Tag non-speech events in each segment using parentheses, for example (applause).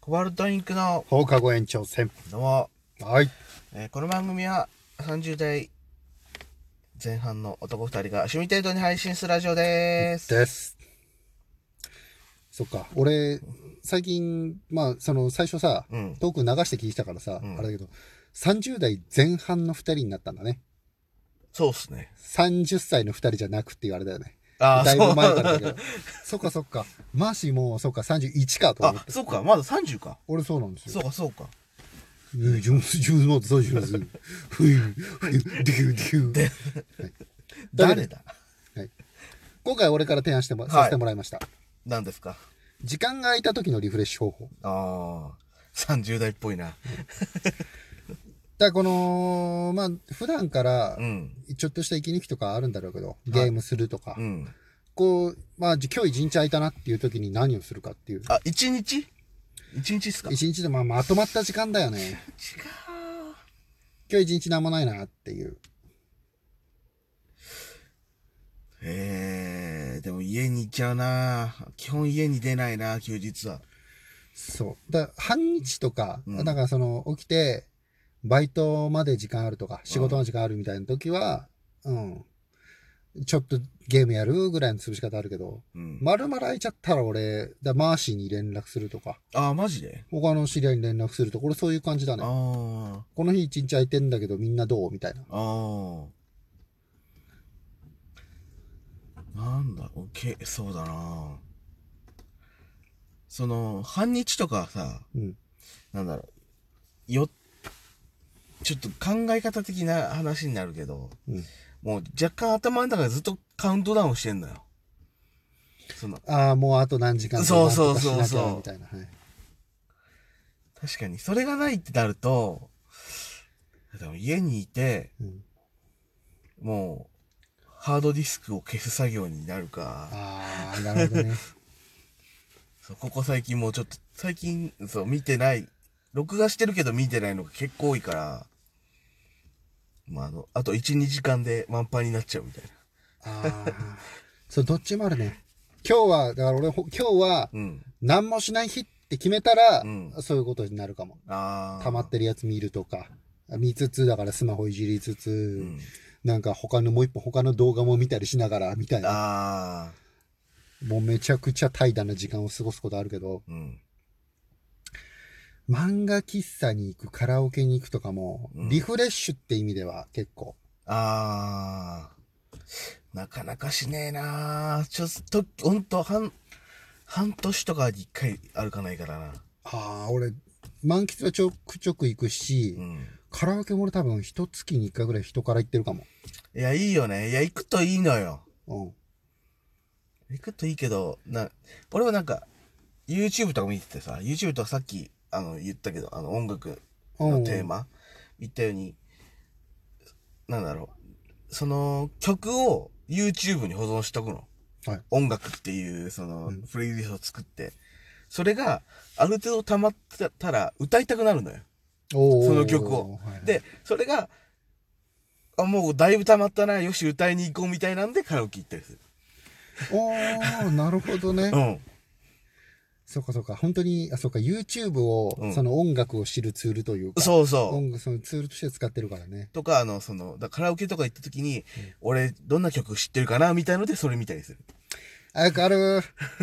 コバルトインクの、放課後延長戦。どうも、はい。えーこの番組は30代前半の男2人が趣味程度に配信するラジオです。です。そっか。俺、最近、まあ、その、最初さ、うん。トーク流して聞いてたからさ、うんあれだけど、30代前半の二人になったんだね。そうっすね。 30歳の二人じゃなくっていうあれだよね。ああ、だいぶ前からだけそうど。そっかそっか。マーシーも、そっか、31かと思っあ、て。そうか、まだ30か。俺そうなんですよそ。うか、そうか。うん、上手、上手、上手、上手。ふい、ふい、デュー、デュー。誰だ今回俺から提案しても、はいさせてもらいました。何ですか時間が空いた時のリフレッシュ方法。ああ、30代っぽいな。だからこの、まあ、普段からう、ん。ちょっとした息抜きとかあるんだろうけど、ゲームするとか、うん。こう、まあ、じ今日一日空いたなっていう時に何をするかっていう。あ、1日 ?1 日っすか違う。一日でまあまとまった時間だよね。今日一日何もないなっていう。えー、でも家に行っちゃうな基本家に出ないな休日は。そう。だ半日とか、うんだからその、起きて、バイトまで時間あるとか、仕事の時間あるみたいな時は、うん。ちょっとゲームやるぐらいの潰し方あるけど、うん。まるまる空いちゃったら俺、だマーシーに連絡するとか、あー、マジで他の知り合いに連絡するとこれそういう感じだあね。ー、この日一日空いてんだけどみんなどうみたいな。あー。なんだ、オッケー、そうだなその、半日とかさ、うん。なんだろう、よ、ちょっと考え方的な話になるけど、うんもう若干頭の中でずっとカウントダウンしてんのよ。その、ああ、もうあと何時間そうそうそうそうなんとかしなきゃみたいな。はい確かに、それがないってなると、でも家にいて、うんもう、ハードディスクを消す作業になるか、ああ、なるほどね。そうここ最近もうちょっと、最近、そう、見てない、録画してるけど見てないのが結構多いから、まあ、あの、あと1、2時間で満杯になっちゃうみたいな。ああ。そう、どっちもあるね。今日は、だから俺ほ、今日はうん。何もしない日って決めたら、うんそういうことになるかも。ああ。溜まってるやつ見るとか。見つつ、だからスマホいじりつつ、うん。なんか他のもう一本他の動画も見たりしながら、みたいな。ああ。もうめちゃくちゃ怠惰な時間を過ごすことあるけど、うん。漫画喫茶に行く、カラオケに行くとかも、うんリフレッシュって意味では結構。ああ。なかなかしねえなあちょっと、ほんと、半、半年とかに一回歩かないからな。ああ、俺、満喫はちょくちょく行くし、うん。カラオケも俺多分一月に一回ぐらい人から行ってるかも。いや、いいよね。いや、行くといいのよ。うん。行くといいけど、な、俺はなんか、YouTube とか見ててさ、YouTube とかさっき、あの、言ったけど、あの、音楽うのんテーマ、言ったように、なんだろう、その、曲を YouTube に保存しとくの。はい音楽っていう、その、うんプレイリストを作って、それが、ある程度溜まってたら、歌いたくなるのよ。おーその曲を。はいはい、で、それが、あ、もうだいぶ溜まったな、よし、歌いに行こうみたいなんでカラオケ行ったりする。おー、なるほどねう。ん。そっかそっか。本当に、あ、そっか、YouTube を、うんその音楽を知るツールというか。そうそう。音楽、そのツールとして使ってるからね。とか、あの、その、だカラオケとか行った時に、俺、どんな曲知ってるかなみたいので、それ見たりする。あ、あれ、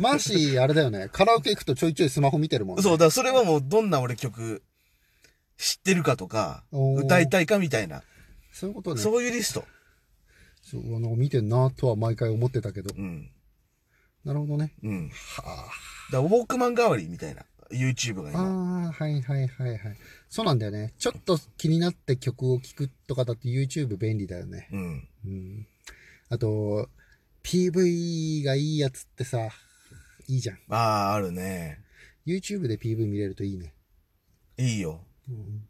マーシー、あれだよね。カラオケ行くとちょいちょいスマホ見てるもんね。そう、だからそれはもう、どんな俺曲知ってるかとか、おー歌いたいかみたいな、そういうことね。そう。そういうリスト。そうなんか見てんなとは毎回思ってたけど。うん。なるほどね。うん。だからウォークマン代わりみたいな、YouTube が今。ああ、はいはいはいはい。そうなんだよね。ちょっと気になって曲を聴くとかだと YouTube 便利だよね。うん。うん。あと、PV がいいやつってさ、いいじゃん。ああ、あるね。 YouTube で PV 見れるといいね。いいよ。うん、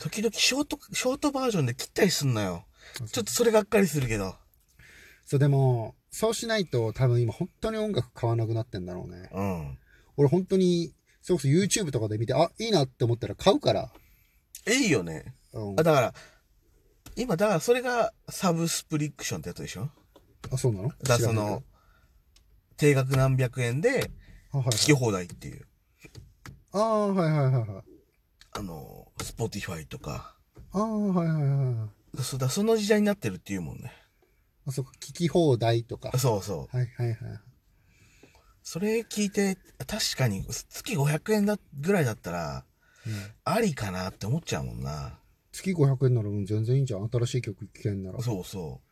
時々ショート、ショートバージョンで切ったりすんなよ。そうちょっとそれがっかりするけど。そう、でも、そうしないと多分今本当に音楽買わなくなってんだろうね。うん。俺本当に、それこそ YouTube とかで見て、あ、いいなって思ったら買うから。いいよね。うんあ、。だから、今、だからそれがサブスプリクションってやつでしょあ、そうなのだからそ、知らないの、定額何百円でけどあはいはい聞き放題っていう。あああ、はいはいはいはい。あの、スポティファイとか。ああ、はいはいはいはい。そうだ、その時代になってるっていうもんね。あそこ聞き放題とか。そうそう。はいはいはい。それ聞いて、確かに月500円だぐらいだったら、ありかなって思っちゃうもんな。月500円ならうん全然いいじゃん。新しい曲聴けんなら。そうそ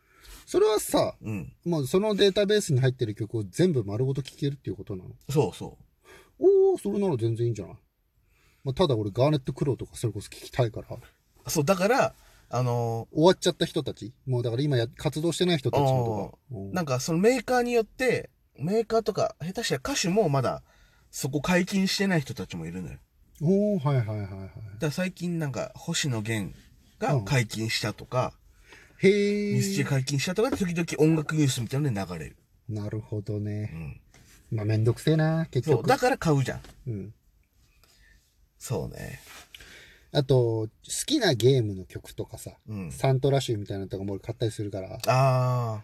それはさ、う。うん。もうそのデータベースに入ってる曲を全部丸ごと聴けるっていうことなの。そうそおお、それなら全然いいんじゃない。まあ、ただ俺ガーネットクローとかそれこそ聞きたいから。う。そう、だから、あの、終わっちゃった人たち。もうだから今や活動してない人たちのとか。うんなんかそのメーカーによって、メーカーとか、下手したら歌手もまだ、そこ解禁してない人たちもいるのよ。おおはいはいはいはい。だから最近なんか、星野源が解禁したとか、へミスチえル。解禁したとかで時々音楽ニュースみたいなので流れる。なるほどうね。ん。まあ、めんどくせえな、結そう、局。だから買うじゃん。うん。そうね。あと、好きなゲームの曲とかさ、うん。サントラ集みたいなのとかも俺買ったりするから、あ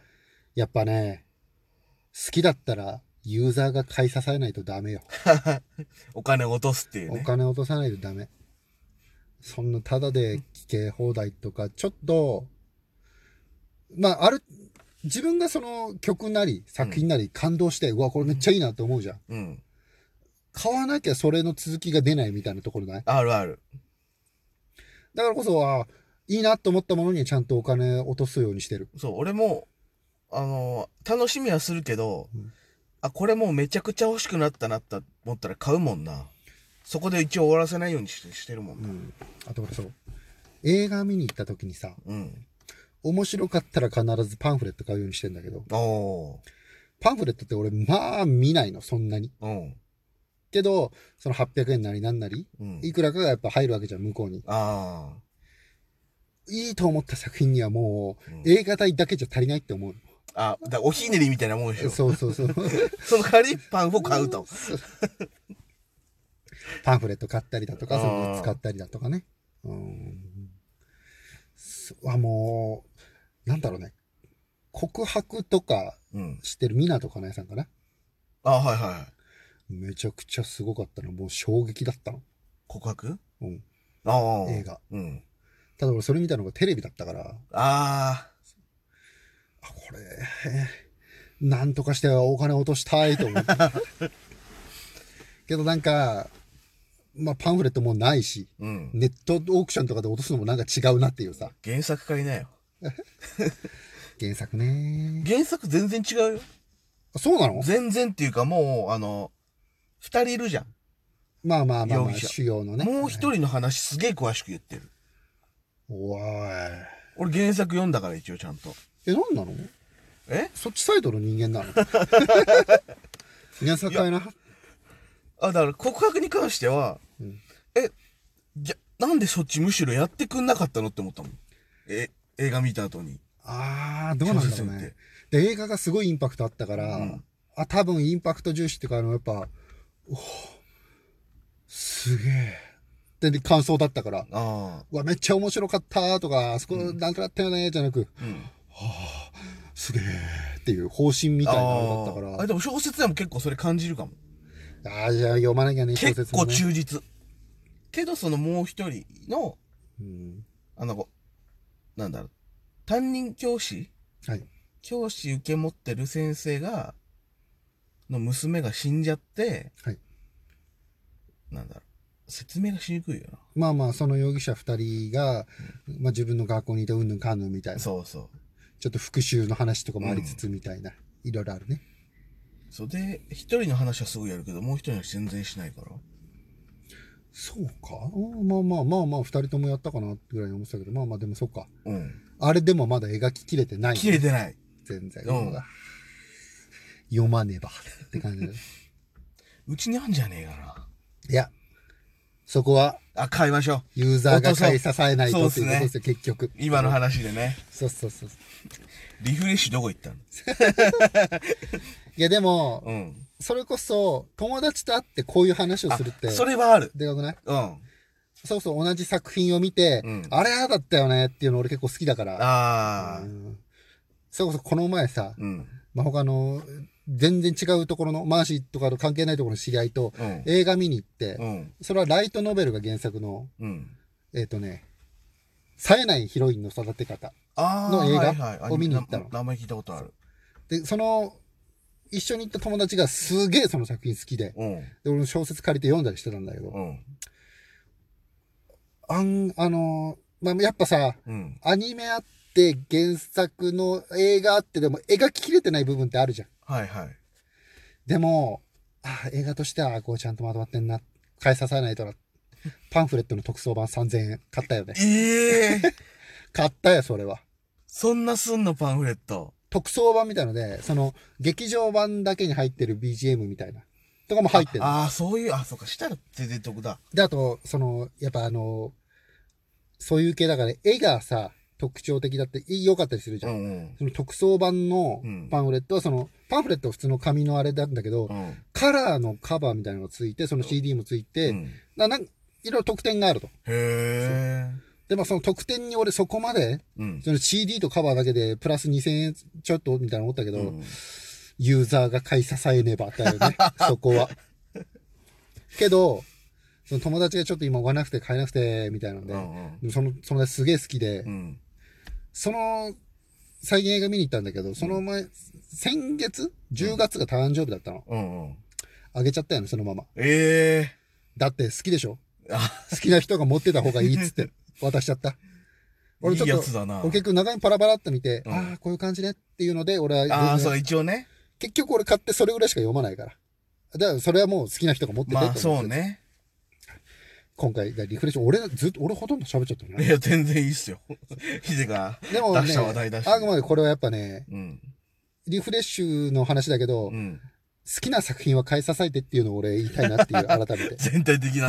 やっぱね、好きだったら、ユーザーが買い支えないとダメよ。ー。お金を落とすっていうおね。金落とさないとダメ。そんなタダで聞け放題とか、ちょっと、まあ、ある、自分がその曲なり作品なり感動して、うわ、これめっちゃいいなって思うじゃん。うん。買わなきゃそれの続きが出ないみたいなところないあるある。だからこそ、あいいなと思ったものにちゃんとお金落とすようにしてる。そう、俺も、あのー楽しみはするけど、うんあ、これもうめちゃくちゃ欲しくなったなって思ったら買うもんな。そこで一応終わらせないようにしてしてるもんうな。ん。あと俺そう、映画見に行った時にさ、うん。面白かったら必ずパンフレット買うようにしてんだけど、おパンフレットって俺、まあ見ないの、そんなに。ー。うん。けど、その800円なりなんなり、うん。いくらかがやっぱ入るわけじゃん、向こうに。あいいと思った作品にはもー。うんう、映画代だけじゃ足りないって思う。あ、だおひねりみたいなもんでしょ。そうそ (laughs) うそう。その代わりパンを買うと。パンフレット買ったりだとか、あーそういうの使ったりだとかね。うん。そうあ、もう、なんだろうね。告白とかうん。してるミナとかなえさんかな。あ、はいはいはい。めちゃくちゃすごかったの。もう衝撃だったの。告白うん。ああ。映画。うん。ただ俺それ見たのがテレビだったから、ああ、これ、なんとかしてお金落としたいと思って。けどなんか、まあパンフレットもないし、あ。うん。ネットオークションとかで落とすのもなんか違うなっていうさ、原作買いなよ。原作ね。原作全然違うよ。あそうなの全然っていうかもう、あの、二人いるじゃん。まあまあまあ、ま容あ、疑者主要のね。もう一人の話すげえ詳しく言ってる。おーい。俺原作読んだから一応ちゃんと。え、なんなのえそっちサイドの人間 (laughs) なの原作かいな。あ、だから告白に関しては、うんえ、じゃ、なんでそっちむしろやってくんなかったのって思ったもん。え、映画見た後に。あー、どうなんだろう小説っねて。で、映画がすごいインパクトあったから、うんあ、多分インパクト重視っていうか、あの、やっぱ、おーすげえ。で、で感想だったから、あうわ、めっちゃ面白かったとか、あそこなんとかだったよね、じゃなく、あ。うん。すげえっていう方針みたいなのだったかあーあら、でも小説でも結構それ感じるかも。ああー、じゃあ読まなきゃね、小結説も構ね。忠実。けどそのもう一人の、うんあの、こうなんだろう、担任教師はい。教師受け持ってる先生が、の娘が死んじゃって、はいなんだろう、説明がしにくいよまあまあ、その容疑者二人が、まあ自分の学校にいてうんぬんかんぬんみたいな。な、ちそうそう。ょっと復讐の話とかもありつつみたいな、いろいろあるね。そうで、一人の話はすぐやるけど、もう一人の話全然しないから。そうかまあまあまあまあ、二人ともやったかなってぐらいに思ってたけど、まあまあでもそうか。うん。あれでもまだ描ききれてない、切れてない。全然。うんうわ読まねばって感じだね (laughs) うちにあんじゃねえかいや、そこはな。あ、買いましょう。ユーザーが買い支えないとっていうこそとうでっすすよ、結局。今の話でね。そうそうそう。リフレッシュどこ行ったのいや、でも、うん。それこそ、友達と会ってこういう話をあするって、それはある。でかくないうん。あそうそう、同じ作品を見て、うんあれああだったよねっていうの俺結構好きだから。あうー。んそれこそこの前さ、うん。まあ、他の全然違うところの、マーシーとかと関係ないところの知り合いとうん。映画見に行って、うん。それはライトノベルが原作の、うん。えっ、とね、冴えないヒロインの育て方。ああ。の映画はいはいあを見に行ったのな名前聞いたことある。で、その、一緒に行った友達がすげえその作品好きで、うん。で、俺の小説借りて読んだりしてたんだけど、うん。あん、あのーまあ、やっぱさ、うん。アニメあって、原作の映画あって、でも描ききれてない部分ってあるじゃん。はいはい。でも、ああ映画としては、こうちゃんとまとまってんな。買い支えないとな。パンフレットの特装版3000円。買ったよね。ええー。 (laughs) 買ったよ、それは。そんなすんのパンフレット。特装版みたいので、その、劇場版だけに入ってる BGM みたいな。とかも入ってる。ああ、そういう、あ、そうか、したら全然得だ。で、あと、その、やっぱあの、そういう系だから、絵がさ、特徴的だって、い良かったりするじうゃん。んうん。その特装版のうんパンフレットは、その、パンフレットは普通の紙のあれなんだけど、うん。カラーのカバーみたいなのがついて、その CD もついうて、ん。ななんかいろいろ特典があると。へえ。で、まあその特典に俺そこまで、うん。その CD とカバーだけでプラス2000円ちょっとみたいなの思ったけど、うんユーザーが買い支えねばだよ (laughs) ね、そこは。けど、その友達がちょっと今追わなくて買えなくて、みたいなんで、うん。その友達すげえ好きで、うん。その、最近映画見に行ったんだけど、その前、先月 ?10 月が誕生日だったの。うんうん。あげちゃったよね、そのまま。ええ。だって好きでしょあ、好きな人が持ってた方がいいっつって、渡しちゃった。俺ちょっ (laughs) といいやつだな。俺結局長にパラパラっと見て、うんああ、こういう感じねっていうので、俺は全然ああ、そう、一応ね。結局俺買ってそれぐらいしか読まないから。だからそれはもう好きな人が持っててと思まっあ、てそうね。今回、リフレッシュ、俺ずっと、俺ほとんど喋っちゃったよいね。や、全然いいっすよ。 (laughs) ヒデが。でもね、出した話題出してあくまでこれはやっぱね、うん。リフレッシュの話だけど、うん。好きな作品は買い支えてっていうのを俺言いたいなっていう、改めて。全体的な